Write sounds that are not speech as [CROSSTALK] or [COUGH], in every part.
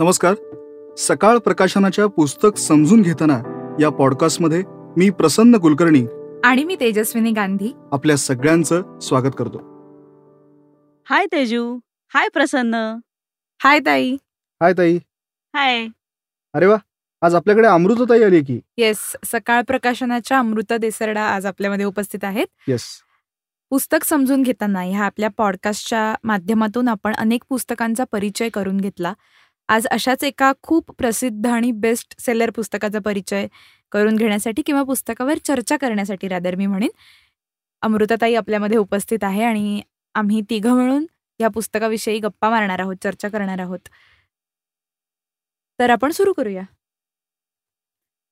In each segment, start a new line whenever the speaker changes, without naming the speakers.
नमस्कार सकाळ प्रकाशनाच्या पुस्तक समजून घेताना या पॉडकास्टमध्ये मी प्रसन्न कुलकर्णी
आणि मी तेजस्विनी गांधी
आपल्या सगळ्यांचं स्वागत करतो
हाय तेजू हाय प्रसन्न
हाय ताई
हाय ताई
हाय
अरे वा आज आपल्याकडे अमृतताई आली की
येस सकाळ प्रकाशनाच्या अमृता देसरडा आज आपल्यामध्ये उपस्थित आहेत
येस
पुस्तक समजून घेताना ह्या आपल्या पॉडकास्टच्या माध्यमातून आपण अनेक पुस्तकांचा परिचय करून घेतला आज अशाच एका खूप प्रसिद्ध आणि बेस्ट सेलर पुस्तकाचा परिचय करून घेण्यासाठी किंवा पुस्तकावर चर्चा करण्यासाठी रादर मी म्हणेन अमृताताई आपल्यामध्ये उपस्थित आहे आणि आम्ही तिघं मिळून या पुस्तकाविषयी गप्पा मारणार आहोत चर्चा करणार आहोत तर आपण सुरू करूया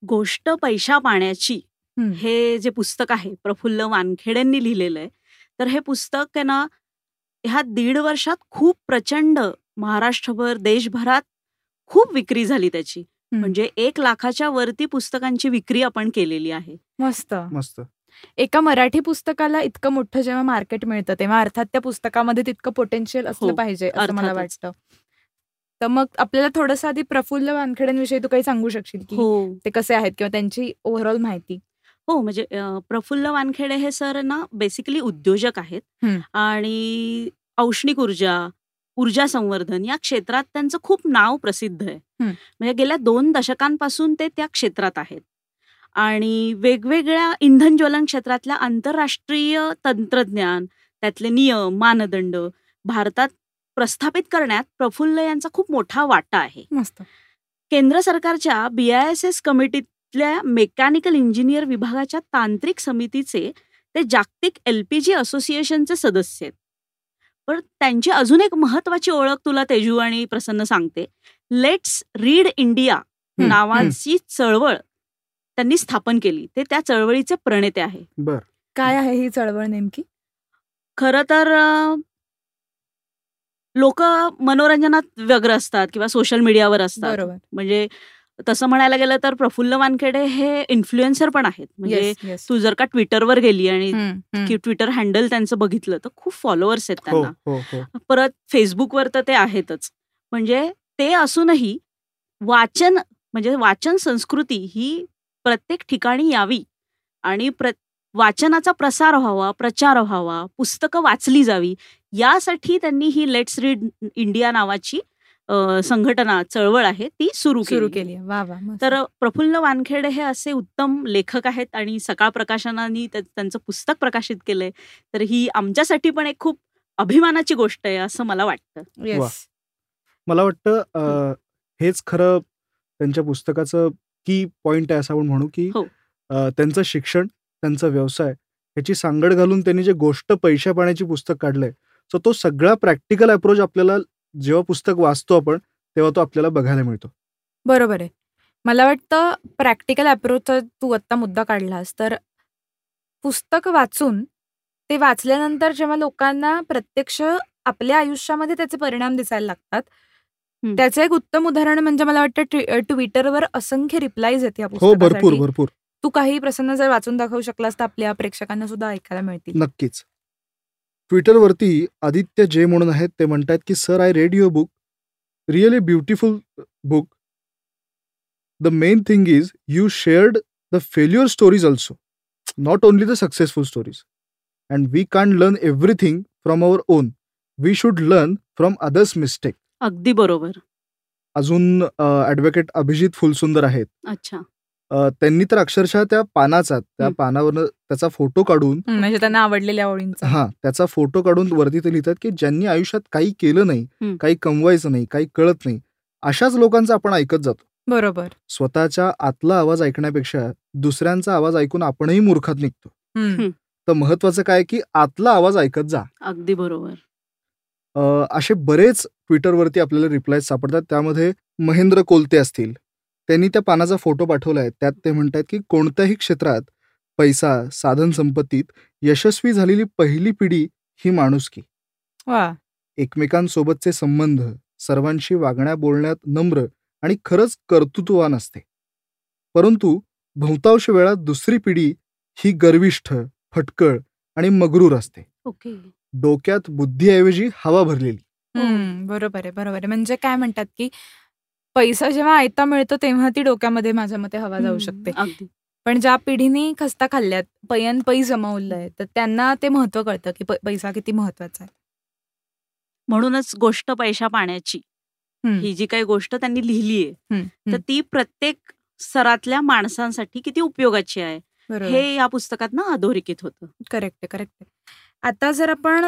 गोष्ट पैशा पाण्याची
हं.
हे जे पुस्तक आहे प्रफुल्ल वानखेडेंनी लिहिलेलं आहे तर हे पुस्तक आहे ना ह्या दीड वर्षात खूप प्रचंड महाराष्ट्रभर देशभरात खूप विक्री झाली त्याची
हं.
म्हणजे एक लाखाच्या वरती पुस्तकांची विक्री आपण केलेली आहे
मस्त
मस्त
एका मराठी पुस्तकाला इतकं मोठं जेव्हा मार्केट मिळतं तेव्हा अर्थात त्या पुस्तकामध्ये तितकं पोटेन्शियल असलं
हो,
पाहिजे असं मला
अर्थातच.
वाटतं तर मग आपल्याला थोडंसं आधी प्रफुल्ल वानखेड्यांविषयी तू काही सांगू शकशील की
हो
ते कसे आहेत किंवा त्यांची ओव्हरऑल माहिती
हो म्हणजे अ, प्रफुल्ल वानखेडे हे सर ना बेसिकली उद्योजक आहेत
हं.
आणि औष्णिक ऊर्जा ऊर्जा संवर्धन या क्षेत्रात त्यांचं खूप नाव प्रसिद्ध आहे
हं.
म्हणजे गेल्या दोन दशकांपासून ते त्या क्षेत्रात आहेत आणि वेगवेगळ्या इंधन ज्वलन क्षेत्रातल्या आंतरराष्ट्रीय तंत्रज्ञान त्यातले नियम मानदंड भारतात प्रस्थापित करण्यात प्रफुल्ल यांचा खूप मोठा वाटा आहे
मस्त
केंद्र सरकारच्या बी आय एस एस कमिटीतल्या मेकॅनिकल इंजिनियर विभागाच्या तांत्रिक समितीचे ते जागतिक एल पी जी असोसिएशनचे सदस्य आहेत पण त्यांची अजून एक महत्वाची ओळख तुला तेजू आणि प्रसन्न सांगते लेट्स रीड इंडिया
हं,
नावाची चळवळ त्यांनी स्थापन केली ते त्या चळवळीचे प्रणेते आहे
बर
काय आहे ही चळवळ नेमकी
खरं तर लोक मनोरंजनात व्यग्र असतात किंवा सोशल मीडियावर असतात
बरोबर
म्हणजे तसं म्हणायला गेलं तर प्रफुल्ल वानखेडे हे इन्फ्लुएन्सर पण आहेत म्हणजे
Yes, yes.
तू जर का ट्विटरवर गेली आणि
हम्म, हम्म.
की ट्विटर हँडल त्यांचं बघितलं तर खूप फॉलोअर्स आहेत
हो
त्यांना
हो हो
परत फेसबुकवर तर ते आहेतच म्हणजे ते असूनही वाचन म्हणजे वाचन संस्कृती ही प्रत्येक ठिकाणी यावी आणि प्र वाचनाचा प्रसार व्हावा प्रचार व्हावा पुस्तकं वाचली जावी यासाठी त्यांनी ही लेट्स रीड इंडिया नावाची अ, संघटना चळवळ आहे ती सुरू
सुरू
केली
केली आहे. वा वा मस्त.
तर प्रफुल्ल वानखेडे हे असे उत्तम लेखक आहेत आणि सकाळ प्रकाशनाने त्या- त्यांचं पुस्तक प्रकाशित केलंय तर ही आमच्यासाठी पण एक खूप अभिमानाची गोष्ट आहे असं मला वाटतं
Yes.
वा. मला वाटतं अं, हेच खरं त्यांच्या पुस्तकाचं की पॉइंट आहे असं आपण म्हणू की
हो.
अं, त्यांचं शिक्षण त्यांचा व्यवसाय ह्याची सांगड घालून त्यांनी जे गोष्ट पैशा पाण्याची पुस्तक काढलंय सो तो सगळा प्रॅक्टिकल अप्रोच आपल्याला जेव्हा पुस्तक वाचतो आपण तेव्हा तो आपल्याला बघायला मिळतो हो,
बरोबर आहे मला वाटतं प्रॅक्टिकल अप्रोच तू आत्ता मुद्दा काढलास तर पुस्तक वाचून ते वाचल्यानंतर जेव्हा लोकांना प्रत्यक्ष आपल्या आयुष्यामध्ये त्याचे परिणाम दिसायला लागतात
हं.
त्याचं एक उत्तम उदाहरण म्हणजे मला वाटतं ट्वि- ट्विटरवर असंख्य रिप्लाईज आहेत या
हो भरपूर
पुस्तकासाठी
भरपूर
तू काही प्रसन्न जर वाचून दाखवू शकलास तर आपल्या प्रेक्षकांना सुद्धा ऐकायला मिळतील
नक्कीच ट्विटरवरती आदित्य जे म्हणून आहेत ते म्हणतात की sir I read your book really beautiful book the main thing is you shared the failure stories also not only the successful stories and we can learn everything from our own we should learn from others mistake
अगदी बरोबर
अजून advocate Abhijit Phulsundar आहेत
अच्छा
अ, त्यांनी तर अक्षरशः त्या पानाचा त्या
हं.
पानावरनं त्याचा फोटो काढून
हं, म्हणजे त्यांना आवडलेल्या ओळींचा
हा त्याचा फोटो काढून वरती ते लिहितात की ज्यांनी आयुष्यात काही केलं नाही
हं.
काही कमवायचं नाही काही कळत नाही अशाच लोकांचा आपण ऐकत जातो
बरोबर
स्वतःच्या आतला आवाज ऐकण्यापेक्षा दुसऱ्यांचा आवाज ऐकून आपणही मूर्खात निघतो
हं,
हं.
तर महत्वाचं काय की आतला आवाज ऐकत जा
अगदी बरोबर
अ, असे बरेच ट्विटरवरती आपल्याला रिप्लाय सापडतात त्यामध्ये महेंद्र कोलते असतील त्यांनी त्या पानाचा फोटो पाठवला आहे त्यात ते म्हणतात की कोणत्याही क्षेत्रात पैसा साधन संपत्तीत यशस्वी झालेली पहिली पिढी ही माणुसकी
वा
एकमेकांसोबतचे संबंध सर्वांशी वागण्या बोलण्यात नम्र आणि खरंच कर्तृत्ववान असते परंतु बहुतांश वेळा दुसरी पिढी ही गर्विष्ठ फटकळ आणि मगरूर असते
ओके
डोक्यात बुद्धीऐवजी हवा भरलेली
[LAUGHS]
हो.
हम्म, बरोबर आहे बरोबर आहे म्हणजे काय म्हणतात की पैसा जेव्हा आयता मिळतो तेव्हा ती डोक्यामध्ये माझ्या मते हवा जाऊ
हम्म,
शकते
अगदी
पण ज्या पिढीने खस्ता खाल्ल्यात पैन पै जमवलंय तर त्यांना ते महत्व कळतं की प- पैसा किती महत्वाचा आहे
म्हणूनच गोष्ट पैशा पाण्याची
हम्म,
ही जी काही गोष्ट त्यांनी लिहिली आहे
हम्म,
तर
हम्म,
ती प्रत्येक स्तरातल्या माणसांसाठी किती उपयोगाची आहे
बरोबर.
हे या पुस्तकात ना अधोरेखित होतं
करेक्ट आहे करेक्ट आहे आता जर आपण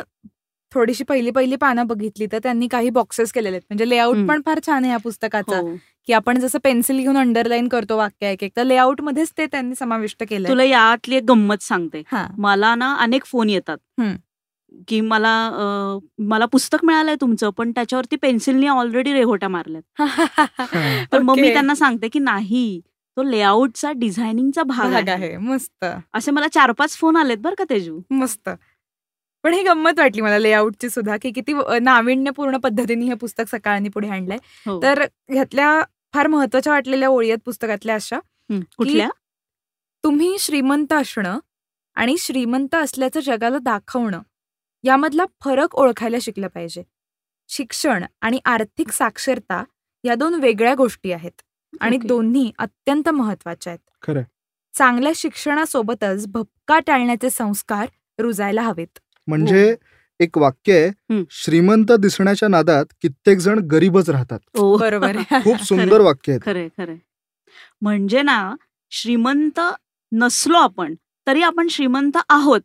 थोडीशी पहिली पहिली पानं बघितली तर त्यांनी काही बॉक्सेस केलेले आहेत म्हणजे लेआउट
हम्म.
पण फार छान आहे या पुस्तकाचा
हो.
की आपण जसं पेन्सिल घेऊन अंडरलाईन करतो वाक्य एक एक तर लेआउट मध्येच ते त्यांनी समाविष्ट केलं
तुला यातली एक गंमत सांगते
हा
मला ना अनेक फोन येतात
हम्म.
की मला अ, मला पुस्तक मिळालंय तुमचं पण त्याच्यावरती पेन्सिलने ऑलरेडी रेघोट्या मारल्यात [LAUGHS] पण मग मी
Okay.
त्यांना सांगते की नाही तो लेआउटचा डिझायनिंगचा भाग
भाग
आहे
आहे मस्त
असे मला चार पाच फोन आलेत बरं का तेजू
मस्त पण ही गंमत वाटली मला लेआउटची सुद्धा की किती अ, नाविन्यपूर्ण पद्धतीने हे पुस्तक सकाळनी पुढे आणलंय
हो.
तर ह्यातल्या फार महत्वाच्या वाटलेल्या ओळी आहेत पुस्तकातल्या अशा
हं, कुठल्या
तुम्ही श्रीमंत असणं आणि श्रीमंत असल्याचं जगाला दाखवणं यामधला फरक ओळखायला शिकलं पाहिजे शिक्षण आणि आर्थिक साक्षरता या दोन वेगळ्या गोष्टी आहेत आणि
Okay.
दोन्ही अत्यंत महत्वाच्या आहेत
खरं
चांगल्या शिक्षणासोबतच भपका टाळण्याचे संस्कार रुजायला हवेत हो.
म्हणजे एक वाक्य आहे
हम्म.
श्रीमंत दिसण्याच्या नादात कित्येक जण गरीबच राहतात
हो.
बरोबर [LAUGHS]
खूप सुंदर
खरंय.
वाक्य आहे
[LAUGHS] खरंय खरंय म्हणजे ना श्रीमंत नसलो आपण तरी आपण श्रीमंत आहोत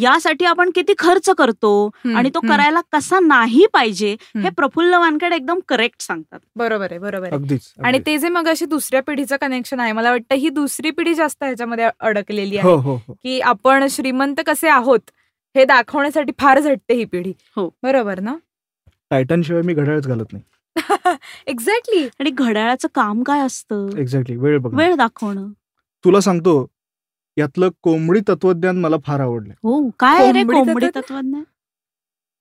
यासाठी आपण किती खर्च करतो आणि तो करायला कसा नाही पाहिजे हे
हम्म.
प्रफुल्ल वानखेडे एकदम करेक्ट सांगतात
बरोबर आहे बरोबर आहे
अगदीच
आणि
अगदीच.
ते जे मग अशी दुसऱ्या पिढीचं कनेक्शन आहे मला वाटतं ही दुसरी पिढी जास्त ह्याच्यामध्ये अडकलेली आहे
हो हो हो
की आपण श्रीमंत कसे आहोत हे दाखवण्यासाठी फार झटते ही पिढी
हो.
बरोबर ना [LAUGHS]
टायटन शिवाय मी घड्याळच घालत नाही
एक्झॅक्टली
आणि घड्याळाचं काम काय असतं
एक्झॅक्टली वेळ बघ
वेळ दाखवणं
तुला सांगतो यातलं कोंबडी तत्वज्ञान मला फार आवडलं
हो काय रे
कोंबडी
कोंबडी
तत्त्वज्ञान?
तत्वज्ञान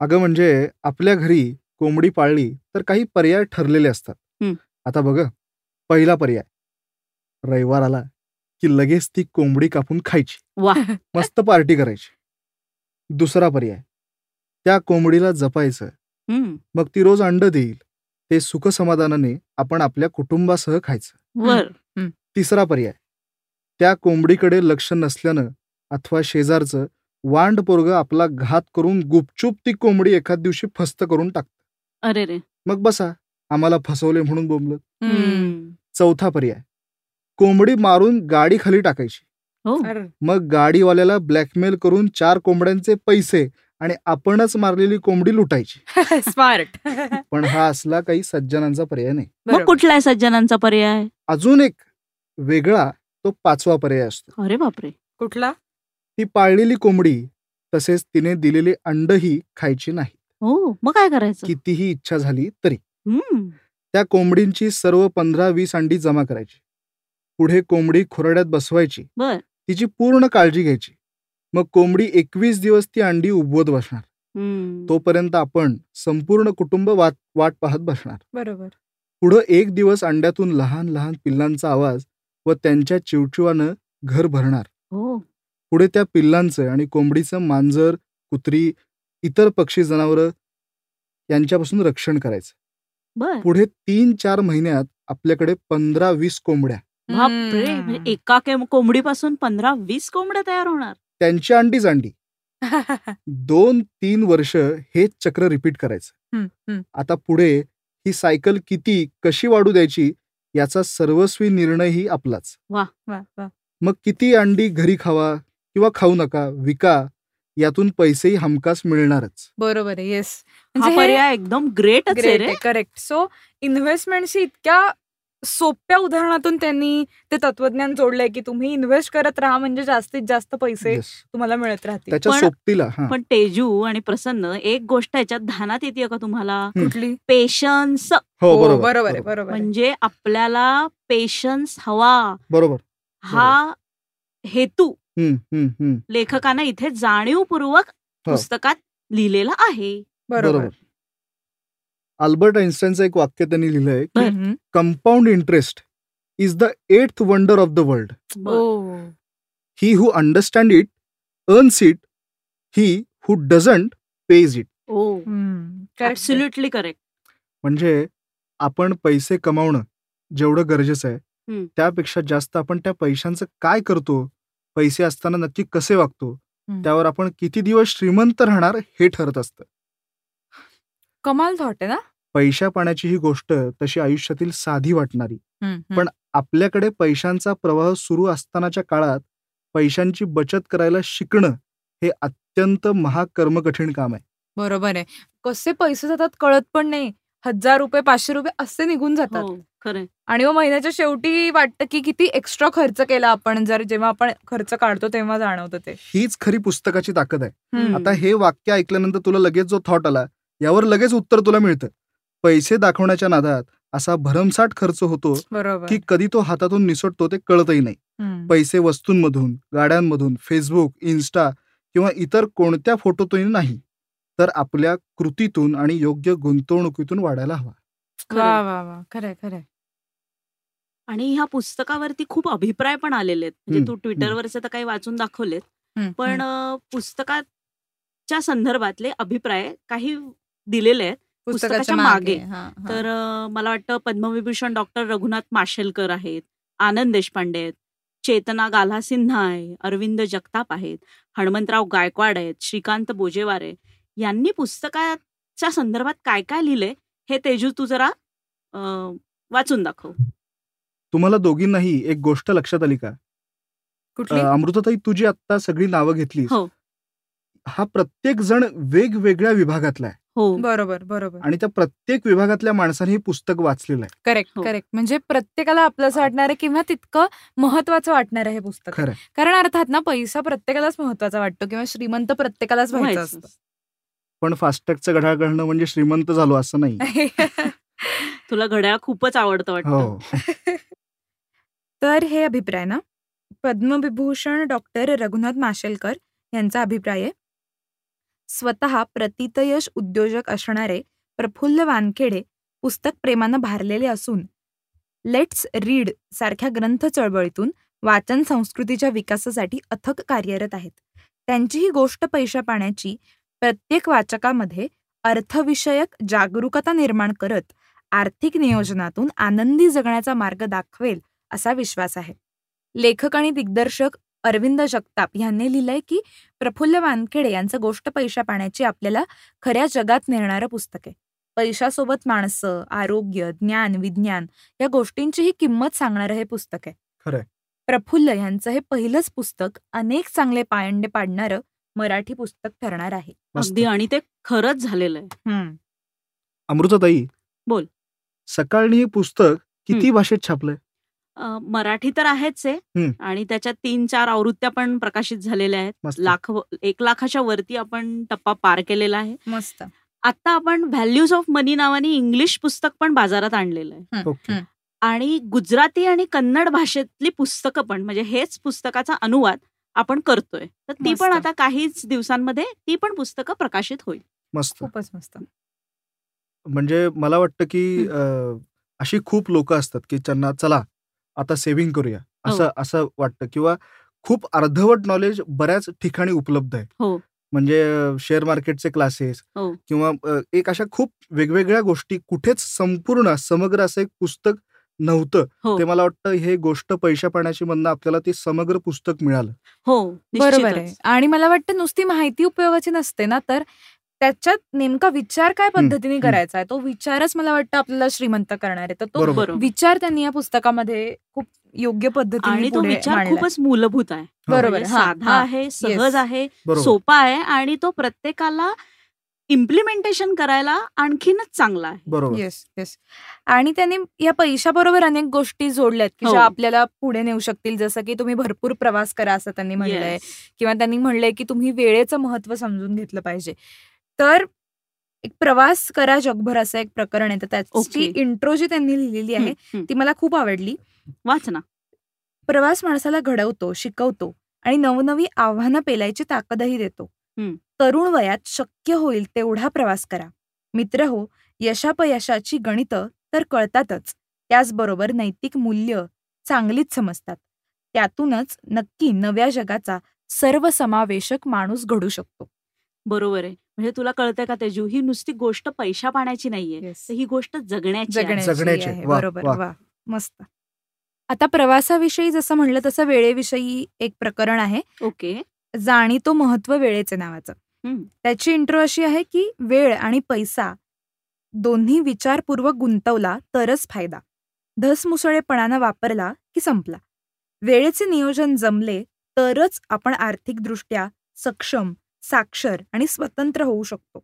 अगं म्हणजे आपल्या घरी कोंबडी पाळली तर काही पर्याय ठरलेले असतात
हं.
आता बघ पहिला पर्याय रविवार आला की लगेच ती कोंबडी कापून खायची
वा
मस्त पार्टी करायची दुसरा पर्याय त्या कोंबडीला जपायचं
हम्म.
मग ती रोज अंड देईल ते सुखसमाधानाने आपण आपल्या कुटुंबासह खायचं
वर
तिसरा पर्याय त्या कोंबडीकडे लक्ष नसल्यानं अथवा शेजारचं वांड पोरग आपला घात करून गुपचूप ती कोंबडी एखाद दिवशी फस्त करून टाकतं
अरे रे
मग बसा आम्हाला फसवले म्हणून बोंबलं
हम्म.
चौथा पर्याय कोंबडी मारून गाडी खाली टाकायची
हो
अरे,
मग गाडीवाल्याला ब्लॅकमेल करून चार कोंबड्यांचे पैसे आणि आपणच मारलेली कोंबडी लुटायची
[LAUGHS]
[LAUGHS] स्मार्ट
पण हा असला काही सज्जनांचा पर्याय नाही
मग कुठला आहे सज्जनांचा पर्याय
अजून एक वेगळा तो पाचवा पर्याय असतो
अरे बापरे
कुठला
ती पाळलेली कोंबडी तसेच तिने दिलेली अंडही खायची नाही
हो मग काय करायचं
कितीही इच्छा झाली तरी
हम्म.
त्या कोंबडींची सर्व पंधरा वीस अंडी जमा करायची पुढे कोंबडी खुराड्यात बसवायची
बर.
तिची पूर्ण काळजी घ्यायची मग कोंबडी एकवीस दिवस ती अंडी उबवत बसणार
हम्म.
तोपर्यंत आपण संपूर्ण कुटुंब वाट वाट पाहत बसणार
बरोबर [LAUGHS]
पुढं एक दिवस अंड्यातून लहान लहान पिल्लांचा आवाज व त्यांच्या चिवचिवानं घर भरणार
हो
पुढे त्या पिल्लांचं आणि कोंबडीचं मांजर कुत्री इतर पक्षी जनावरं यांच्यापासून रक्षण करायचं
बर
पुढे तीन चार महिन्यात आपल्याकडे पंधरा वीस कोंबड्या
बापरे म्हणजे एका कोंबडी पासून पंधरा वीस कोंबड्या तयार होणार
त्यांची अंडीच अंडी दोन तीन वर्ष हेच चक्र रिपीट करायचं
हम्म, हम्म.
आता पुढे ही सायकल किती कशी वाढू द्यायची याचा सर्वस्वी निर्णयही आपलाच
वा, वा.
मग किती अंडी घरी खावा किंवा खाऊ नका विका यातून पैसेही हमखास मिळणारच
बरोबर आहे येस
हा पर्याय एकदम ग्रेटच म्हणजे आहे रे
करेक्ट सो इन्व्हेस्टमेंटशी इतक्या सोप्या उदाहरणातून त्यांनी ते तत्वज्ञान जोडलंय की तुम्ही इन्व्हेस्ट करत राहा म्हणजे जास्तीत जास्त पैसे
Yes.
तुम्हाला मिळत राहतील
त्याच्या
पण-
सोबतीला हा
पण तेजू आणि प्रसन्न एक गोष्ट याच्यात ध्यानात येते का तुम्हाला
हम्म.
कुठली
पेशन्स
हो
हो,
बरोबर
बरोबर आहे बरोबर आहे.
म्हणजे आपल्याला पेशन्स हवा
बरोबर
हा हेतू
हम्म, हम्म, हम्म.
लेखकानं इथे जाणीवपूर्वक
हो.
पुस्तकात लिहिलेला आहे
बरोबर
अल्बर्ट आइन्स्टाईनचं एक वाक्य त्यांनी लिहिलंय
बर.
हम्म.
Compound interest is the eighth wonder of the world
ओ.
He who understand it earns it he who doesn't pays it
ओ
हम्म. Correct आहे.
हो, ऍब्सुल्युटली करेक्ट
म्हणजे आपण पैसे कमावणं जेवढं गरजेचं आहे
हम्म.
त्यापेक्षा जास्त आपण त्या पैशांचं काय करतो पैसे असताना नक्की कसे वागतो
हम्म.
त्यावर आपण किती दिवस श्रीमंत राहणार हे ठरत असतं
कमाल थॉट आहे ना
पैशा पाण्याची ही गोष्ट तशी आयुष्यातील साधी वाटणारी
हम्म, हम्म.
पण- आपल्याकडे पैशांचा प्रवाह सुरू असतानाच्या काळात पैशांची बचत करायला शिकणं हे अत्यंत महाकर्मकठीण काम आहे
बरोबर आहे कसे पैसे जातात कळत पण नाही हजार रुपये पाचशे रुपये असे निघून जातात
हो खरंय
आणि मग महिन्याच्या शेवटी वाटतं की किती एक्स्ट्रा खर्च केला आपण जर जेव्हा आपण खर्च काढतो तेव्हा जाणवतं ते
हीच खरी पुस्तकाची ताकद आहे
हम्म.
आता हे वाक्य ऐकल्यानंतर तुला लगेच जो थॉट आला यावर लगेच उत्तर तुला मिळतं पैसे दाखवण्याच्या नादात असा भरमसाठ खर्च होतो
बरोबर
की कधी तो हातातून निसटतो ते कळतही नाही
हम्म.
पैसे वस्तूंमधून गाड्यांमधून फेसबुक इन्स्टा किंवा इतर कोणत्या फोटोतून नाही तर आपल्या कृतीतून आणि योग्य गुंतवणुकीतून वाढायला हवा
वा
खरंय.
वा वा खरंय खरंय
आणि ह्या पुस्तकावरती खूप अभिप्राय पण आलेले आहेत म्हणजे
हम्म,
तू ट्विटरवरचे तर काही वाचून दाखवलेत
हम्म,
पण
हम्म.
अ, पुस्तकाच्या संदर्भातले अभिप्राय काही दिलेले आहेत पुस्तकाच्या मागे.
हा, हा.
तर अ, मला वाटतं पद्मविभूषण डॉक्टर रघुनाथ माशेलकर आहेत आनंद देशपांडे आहेत चेतना गाल्हा सिन्हा आहे अरविंद जगताप आहेत हनुमंतराव गायकवाड आहेत श्रीकांत बोजेवारे यांनी पुस्तकाच्या संदर्भात काय काय लिहिलंय हे तेजू तू जरा अ, वाचून दाखव
तुम्हाला दोघींनाही एक गोष्ट लक्षात आली का
कुठली
अं, अमृताताई तुझी आता सगळी नावं घेतली
हो.
हा प्रत्येक जण वेगवेगळ्या विभागातला आहे
हो
बरोबर बरोबर
आणि त्या प्रत्येक विभागातल्या माणसाने हे पुस्तक वाचलेलं आहे
करेक्ट
हो.
करेक्ट म्हणजे प्रत्येकाला आपलंच वाटणार आहे किंवा तितकं महत्वाचं वाटणार आहे हे पुस्तक
खरं आहे.
कारण अर्थात ना पैसा प्रत्येकालाच महत्वाचा वाटतो किंवा श्रीमंत प्रत्येकालाच व्हायचं
व्हायचं.
असतं
पण फास्टॅगचा घड्याळ घालणं म्हणजे श्रीमंत झालो असं
[LAUGHS]
नाही
[LAUGHS]
तुला घड्याळ खूपच आवडतं वाटतं
हो
तर हे अभिप्राय ना पद्मविभूषण डॉक्टर रघुनाथ माशेलकर यांचा अभिप्राय आहे स्वतः प्रतितयश उद्योजक असणारे प्रफुल्ल वानखेडे पुस्तक प्रेमानं भारलेले असून लेट्स रीड सारख्या ग्रंथ चळवळीतून वाचन संस्कृतीच्या विकासासाठी अथक कार्यरत आहेत त्यांची ही गोष्ट पैशा पाण्याची प्रत्येक वाचकामध्ये अर्थविषयक जागरूकता निर्माण करत आर्थिक नियोजनातून आनंदी जगण्याचा मार्ग दाखवेल असा विश्वास आहे लेखक आणि दिग्दर्शक अरविंद जगताप यांनी लिहिलंय की प्रफुल्ल वानखेडे यांचं गोष्ट पैशा पाण्याची आपल्याला खऱ्या जगात नेणारं पुस्तक आहे पैशासोबत माणसं आरोग्य ज्ञान विज्ञान या गोष्टींचीही किंमत सांगणारं हे पुस्तक आहे
खरंय.
प्रफुल्ल यांचं हे पहिलंच पुस्तक अनेक चांगले पायंडे पाडणारं मराठी पुस्तक ठरणार आहे
मस्त.
अगदी आणि ते खरंच झालेलं आहे
अमृताताई
बोल.
सकाळनी हे पुस्तक किती भाषेत छापलंय
अ, मराठी तर आहेच आहे
हम्म.
आणि त्याच्या तीन चार आवृत्त्या पण प्रकाशित झालेल्या आहेत
मस्त.
लाख एक लाखाच्या वरती आपण टप्पा पार केलेला आहे
मस्त
आता आपण व्हॅल्यूज ऑफ मनी नावाने इंग्लिश पुस्तक पण बाजारात आणलेलं आहे
ओके.
आणि गुजराती आणि कन्नड भाषेतली पुस्तकं पण म्हणजे हेच पुस्तकाचा अनुवाद आपण करतोय तर ती
मस्त.
पण आता काहीच दिवसांमध्ये ती पण पुस्तकं प्रकाशित होईल
मस्त
खूपच मस्त
म्हणजे मला वाटतं की अं, अशी खूप लोक असतात की त्यांना चला आता सेव्हिंग करूया
हो.
असं असं वाटतं किंवा खूप अर्धवट नॉलेज बऱ्याच ठिकाणी उपलब्ध आहे
हो.
म्हणजे अं, शेअर मार्केटचे क्लासेस
हो.
किंवा अं, एक अशा खूप वेगवेगळ्या गोष्टी कुठेच संपूर्ण समग्र असं एक पुस्तक नव्हतं
हो
ते मला वाटतं हे गोष्ट पैशा पाण्याची म्हणणं आपल्याला ते समग्र पुस्तक मिळालं
हो
बरोबर आहे
निश्चितच
आणि मला वाटतं नुसती माहिती उपयोगाची नसते ना तर त्याच्यात नेमका विचार काय पद्धतीने करायचा आहे तो विचारच मला वाटतं आपल्याला श्रीमंत करणार आहे तर तो
बरोबर.
बरोबर
विचार त्यांनी या पुस्तकामध्ये खूप योग्य पद्धतीने
आणि तो
पुढे
विचार
मांडलाय.
खूपच मूलभूत आहे
बरोबर
म्हणजे
हा,
साधा
हा.
आहे सहज आहे
बरोबर
सोपा आहे आणि तो प्रत्येकाला इम्प्लिमेंटेशन करायला आणखीनच चांगला आहे
बरोबर
येस येस आणि त्यांनी या पैशाबरोबर अनेक गोष्टी जोडल्यात की ज्या
हो.
आपल्याला पुढे नेऊ शकतील जसं की तुम्ही भरपूर प्रवास करा असं त्यांनी म्हणलंय
Yes.
किंवा त्यांनी म्हणलंय की तुम्ही वेळेचं महत्व समजून घेतलं पाहिजे तर एक प्रवास करा जगभर असं एक प्रकरण आहे तर त्याची
Okay.
इंट्रो जी त्यांनी लिहिलेली आहे
हम्म, हम्म.
ती मला खूप आवडली
वाच ना
प्रवास माणसाला घडवतो शिकवतो आणि नवनवी आव्हानं पेलायची ताकदही देतो
हं.
तरुण वयात शक्य होईल तेवढा प्रवास करा मित्र हो यशापयशाची गणितं तर कळतातच त्याचबरोबर नैतिक मूल्य चांगलीच समजतात त्यातूनच नक्की नव्या जगाचा सर्वसमावेशक माणूस घडू शकतो
बरोबर आहे म्हणजे तुला कळतंय का तेजू ही नुसती गोष्ट पैशा पाण्याची नाहीये तर ही गोष्ट जगण्याची आहे.
जगण्याची.
जगण्याची आहे.
वा,
बरोबर
वा.
वा मस्त आता प्रवासाविषयी जसं म्हणलं तसं वेळेविषयी एक प्रकरण आहे
ओके
जाणीतो महत्व वेळेचे नावाचं
हम्म.
त्याची इंट्रो अशी आहे की वेळ आणि पैसा दोन्ही विचारपूर्वक गुंतवला तरच फायदा धसमुसळेपणानं वापरला की संपला वेळेचे नियोजन जमले तरच आपण आर्थिकदृष्ट्या सक्षम साक्षर आणि स्वतंत्र होऊ शकतो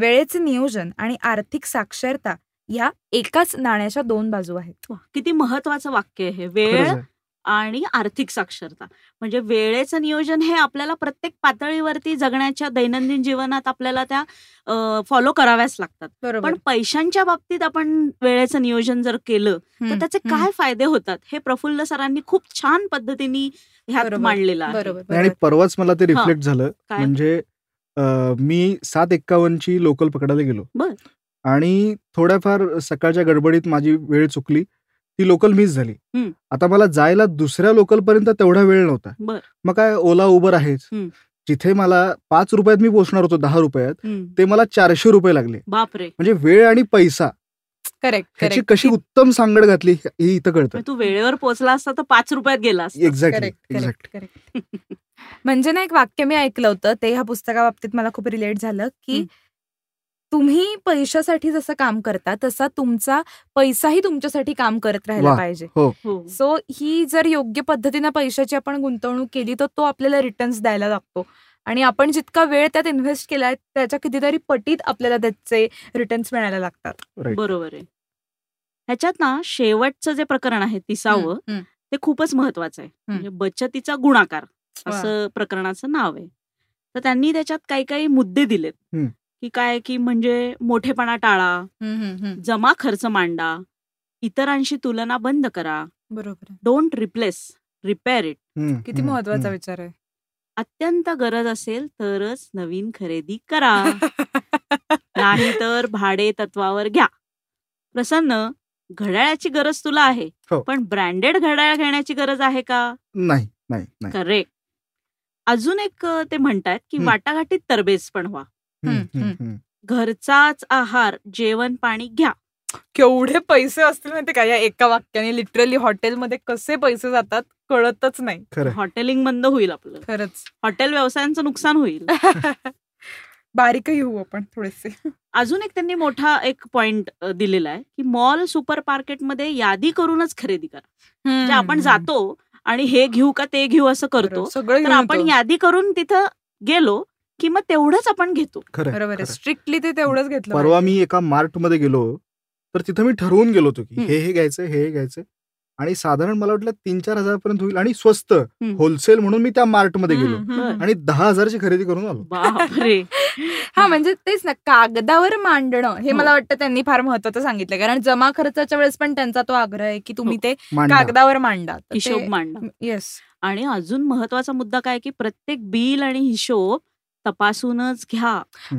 वेळेचे नियोजन आणि आर्थिक साक्षरता या एकाच नाण्याच्या दोन बाजू आहेत
वा, किती महत्वाचं वाक्य आहे वेळ
खरंच आहे.
आणि आर्थिक साक्षरता म्हणजे वेळेचं नियोजन हे आपल्याला प्रत्येक पातळीवरती जगण्याच्या दैनंदिन जीवनात आपल्याला त्या फॉलो कराव्याच लागतात पण
बरोबर
पैशांच्या बाबतीत आपण वेळेचं नियोजन जर केलं तर त्याचे काय फायदे होतात हे प्रफुल्ल सरांनी खूप छान पद्धतीने ह्यात
बरोबर.
मांडलेलं आहे
बरोबर
आणि परवाच मला ते रिफ्लेक्ट झालं
काय?
म्हणजे अं, मी सात एक्कावन्नची लोकल पकडायला गेलो
बर.
आणि थोड्याफार सकाळच्या गडबडीत माझी वेळ चुकली ती लोकल मिस झाली
हम्म.
आता मला जायला दुसऱ्या लोकल पर्यंत तेवढा वेळ नव्हता
बर.
मग काय ओला उबर आहेच
हम्म.
जिथे मला पाच रुपयात मी पोहोचणार होतो दहा रुपयात
हम्म.
ते मला चारशे रुपये लागले
बापरे
म्हणजे वेळ आणि पैसा
करेक्ट
ह्याची कशी उत्तम सांगड घातली हे इथं कळतं
मग तू वेळेवर पोहोचला असता तर पाच रुपयात गेला असता.
Exactly [LAUGHS]
Correct, correct,
exactly
correct. म्हणजे ना एक वाक्य मी ऐकलं होतं ते ह्या पुस्तकाबाबतीत मला खूप रिलेट झालं की
हं.
तुम्ही पैशासाठी जसं काम करता तसा तुमचा पैसाही तुमच्यासाठी काम करत राहिला
वाह.
पाहिजे
हो
सो ही जर योग्य पद्धतीनं पैशाची आपण गुंतवणूक केली तर तो आपल्याला रिटर्न्स द्यायला लागतो आणि आपण जितका वेळ त्यात इन्व्हेस्ट केला त्याच्या कितीतरी पटीत आपल्याला त्याचे रिटर्न्स मिळायला लागतात
बरोबर आहे ह्याच्यात ना शेवटचं जे प्रकरण आहे तिसावं
हं, हं.
ते खूपच महत्वाचं आहे म्हणजे बचतीचा गुणाकार असं प्रकरणाचं नाव आहे तर त्यांनी त्याच्यात काही काही मुद्दे दिलेत
हं.
की काय की म्हणजे मोठेपणा टाळा जमा खर्च मांडा इतरांशी तुलना बंद करा
बरोबर आहे.
डोंट रिप्लेस रिपेअर इट
हम्म,
किती
हम्म,
महत्वाचा
हम्म.
विचार आहे
अत्यंत गरज असेल तरच नवीन खरेदी करा
[LAUGHS]
नाही तर भाडे तत्वावर घ्या प्रसन्न घड्याळाची गरज तुला आहे
हो.
पण ब्रँडेड घड्याळ घेण्याची गरज आहे का
नाही नाही नाही
करेक्ट अजून एक अ, ते म्हणतात की
हं.
वाटाघाटीत तरबेज पण व्हा
हम्म,
हम्म,
हम्म, हम्म.
घरचाच आहार जेवण पाणी घ्या
केवढे पैसे असतील माहिती का या एका वाक्याने लिटरली हॉटेलमध्ये कसे पैसे जातात कळतच नाही
खरं आहे.
हॉटेलिंग बंद होईल आपलं
[LAUGHS] खरंच
हॉटेल व्यवसायांचं नुकसान होईल
बारीकही होऊ आपण थोडेसे
अजून एक त्यांनी मोठा एक पॉइंट दिलेला आहे की मॉल सुपर मार्केटमध्ये यादी करूनच खरेदी करा म्हणजे आपण जातो आणि हे घेऊ का ते घेऊ असं करतो
सगळं
तर आपण यादी करून तिथं गेलो की मग तेवढंच आपण घेतो
खरं आहे,
बरोबर
खरं आहे.
स्ट्रिक्टली ते तेवढंच घेतलं
परवा मी एका मार्ट मध्ये गेलो तर तिथं मी ठरवून गेलो होतो की
हम्म.
हे हे घ्यायचं हे हे घ्यायचं आणि साधारण मला वाटलं तीन चार हजारपर्यंत होईल आणि स्वस्त
हम्म.
होलसेल म्हणून मी त्या मार्ट मध्ये गेलो
हम्म.
आणि दहा हजारची खरेदी करून आलो
[LAUGHS] बापरे
हा म्हणजे तेच ना कागदावर मांडणं हे
हो.
मला वाटतं त्यांनी फार महत्वाचं सांगितलं कारण जमा खर्चाच्या वेळेस पण त्यांचा तो आग्रह आहे की तुम्ही
हो.
ते
मांडा.
कागदावर मांडा
हिशोब मांडा
येस
आणि अजून महत्वाचा मुद्दा काय की प्रत्येक बिल आणि हिशोब तपासूनच घ्या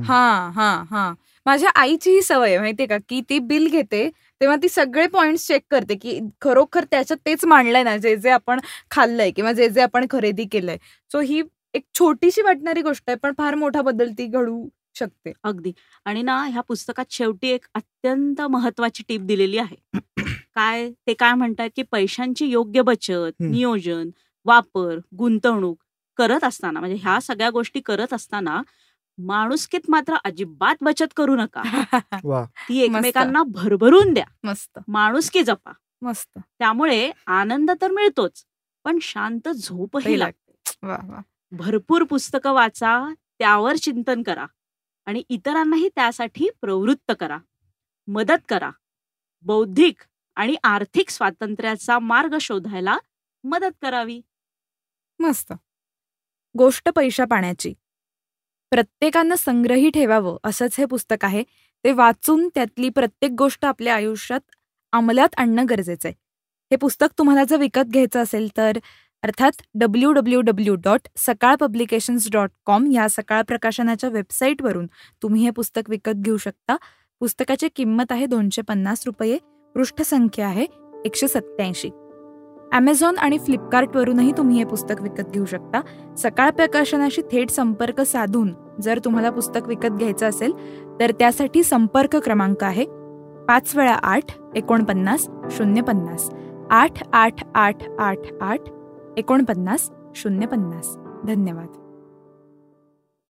हा हा हा माझ्या आईची ही सवय आहे, माहितीये का की ती बिल घेते तेव्हा ती सगळे पॉइंट चेक करते की खरोखर त्याच्यात तेच मांडलंय ना जे जे आपण खाल्लंय किंवा जे जे आपण खरेदी केलंय सो ही एक छोटीशी वाटणारी गोष्ट आहे पण फार मोठा बदल ती घडू शकते
अगदी आणि ना ह्या पुस्तकात शेवटी एक अत्यंत महत्वाची टीप दिलेली [COUGHS] आहे काय ते काय म्हणतात की पैशांची योग्य बचत
हं.
नियोजन वापर गुंतवणूक करत असताना म्हणजे ह्या सगळ्या गोष्टी करत असताना माणुसकीत मात्र अजिबात बचत करू नका
वा
ती एकमेकांना भरभरून द्या
मस्त
माणुसकी जपा
मस्त
त्यामुळे आनंद तर मिळतोच पण शांत झोपही
ही लागते.
लागते
वा वा
भरपूर पुस्तकं वाचा त्यावर चिंतन करा आणि इतरांनाही त्यासाठी प्रवृत्त करा मदत करा बौद्धिक आणि आर्थिक स्वातंत्र्याचा मार्ग शोधायला मदत करावी
मस्त गोष्ट पैशा पाण्याची प्रत्येकानं संग्रही ठेवावं असंच हे पुस्तक आहे ते वाचून त्यातली प्रत्येक गोष्ट आपल्या आयुष्यात अंमलात आणणं गरजेचं आहे हे पुस्तक तुम्हाला जर विकत घ्यायचं असेल तर अर्थात W W W dot Sakal publications dot com या सकाळ प्रकाशनाच्या वेबसाईटवरून तुम्ही हे पुस्तक विकत घेऊ शकता पुस्तकाची किंमत आहे दोनशे पन्नास रुपये पृष्ठसंख्या आहे एकशे सत्त्याऐंशी ॲमेझॉन आणि फ्लिपकार्टवरूनही तुम्ही हे पुस्तक विकत घेऊ शकता सकाळ प्रकाशनाशी थेट संपर्क साधून जर तुम्हाला पुस्तक विकत घ्यायचं असेल तर त्यासाठी संपर्क क्रमांक आहे पाच वेळा आठ एकोणपन्नास शून्य पन्नास आठ आठ आठ आठ आठ एकोणपन्नास शून्य पन्नास धन्यवाद